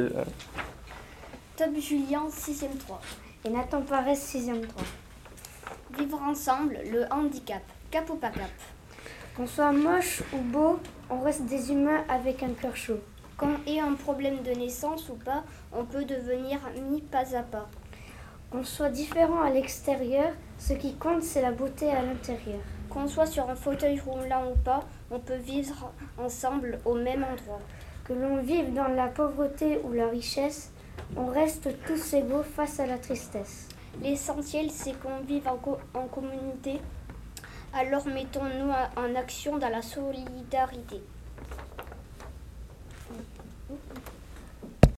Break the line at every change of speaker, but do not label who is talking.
euh,
Tom Julien, 6ème 3.
Et Nathan Paresse, 6ème 3.
Vivre ensemble, le handicap. Cap ou pas cap
Qu'on soit moche ou beau, on reste des humains avec un cœur chaud.
Qu'on ait un problème de naissance ou pas, on peut devenir mis pas à pas.
Qu'on soit différent à l'extérieur, ce qui compte, c'est la beauté à l'intérieur.
Qu'on soit sur un fauteuil roulant ou pas, on peut vivre ensemble au même endroit.
Que l'on vive dans la pauvreté ou la richesse, on reste tous égaux face à la tristesse.
L'essentiel, c'est qu'on vive en, co- en communauté. Alors mettons-nous en action dans la solidarité.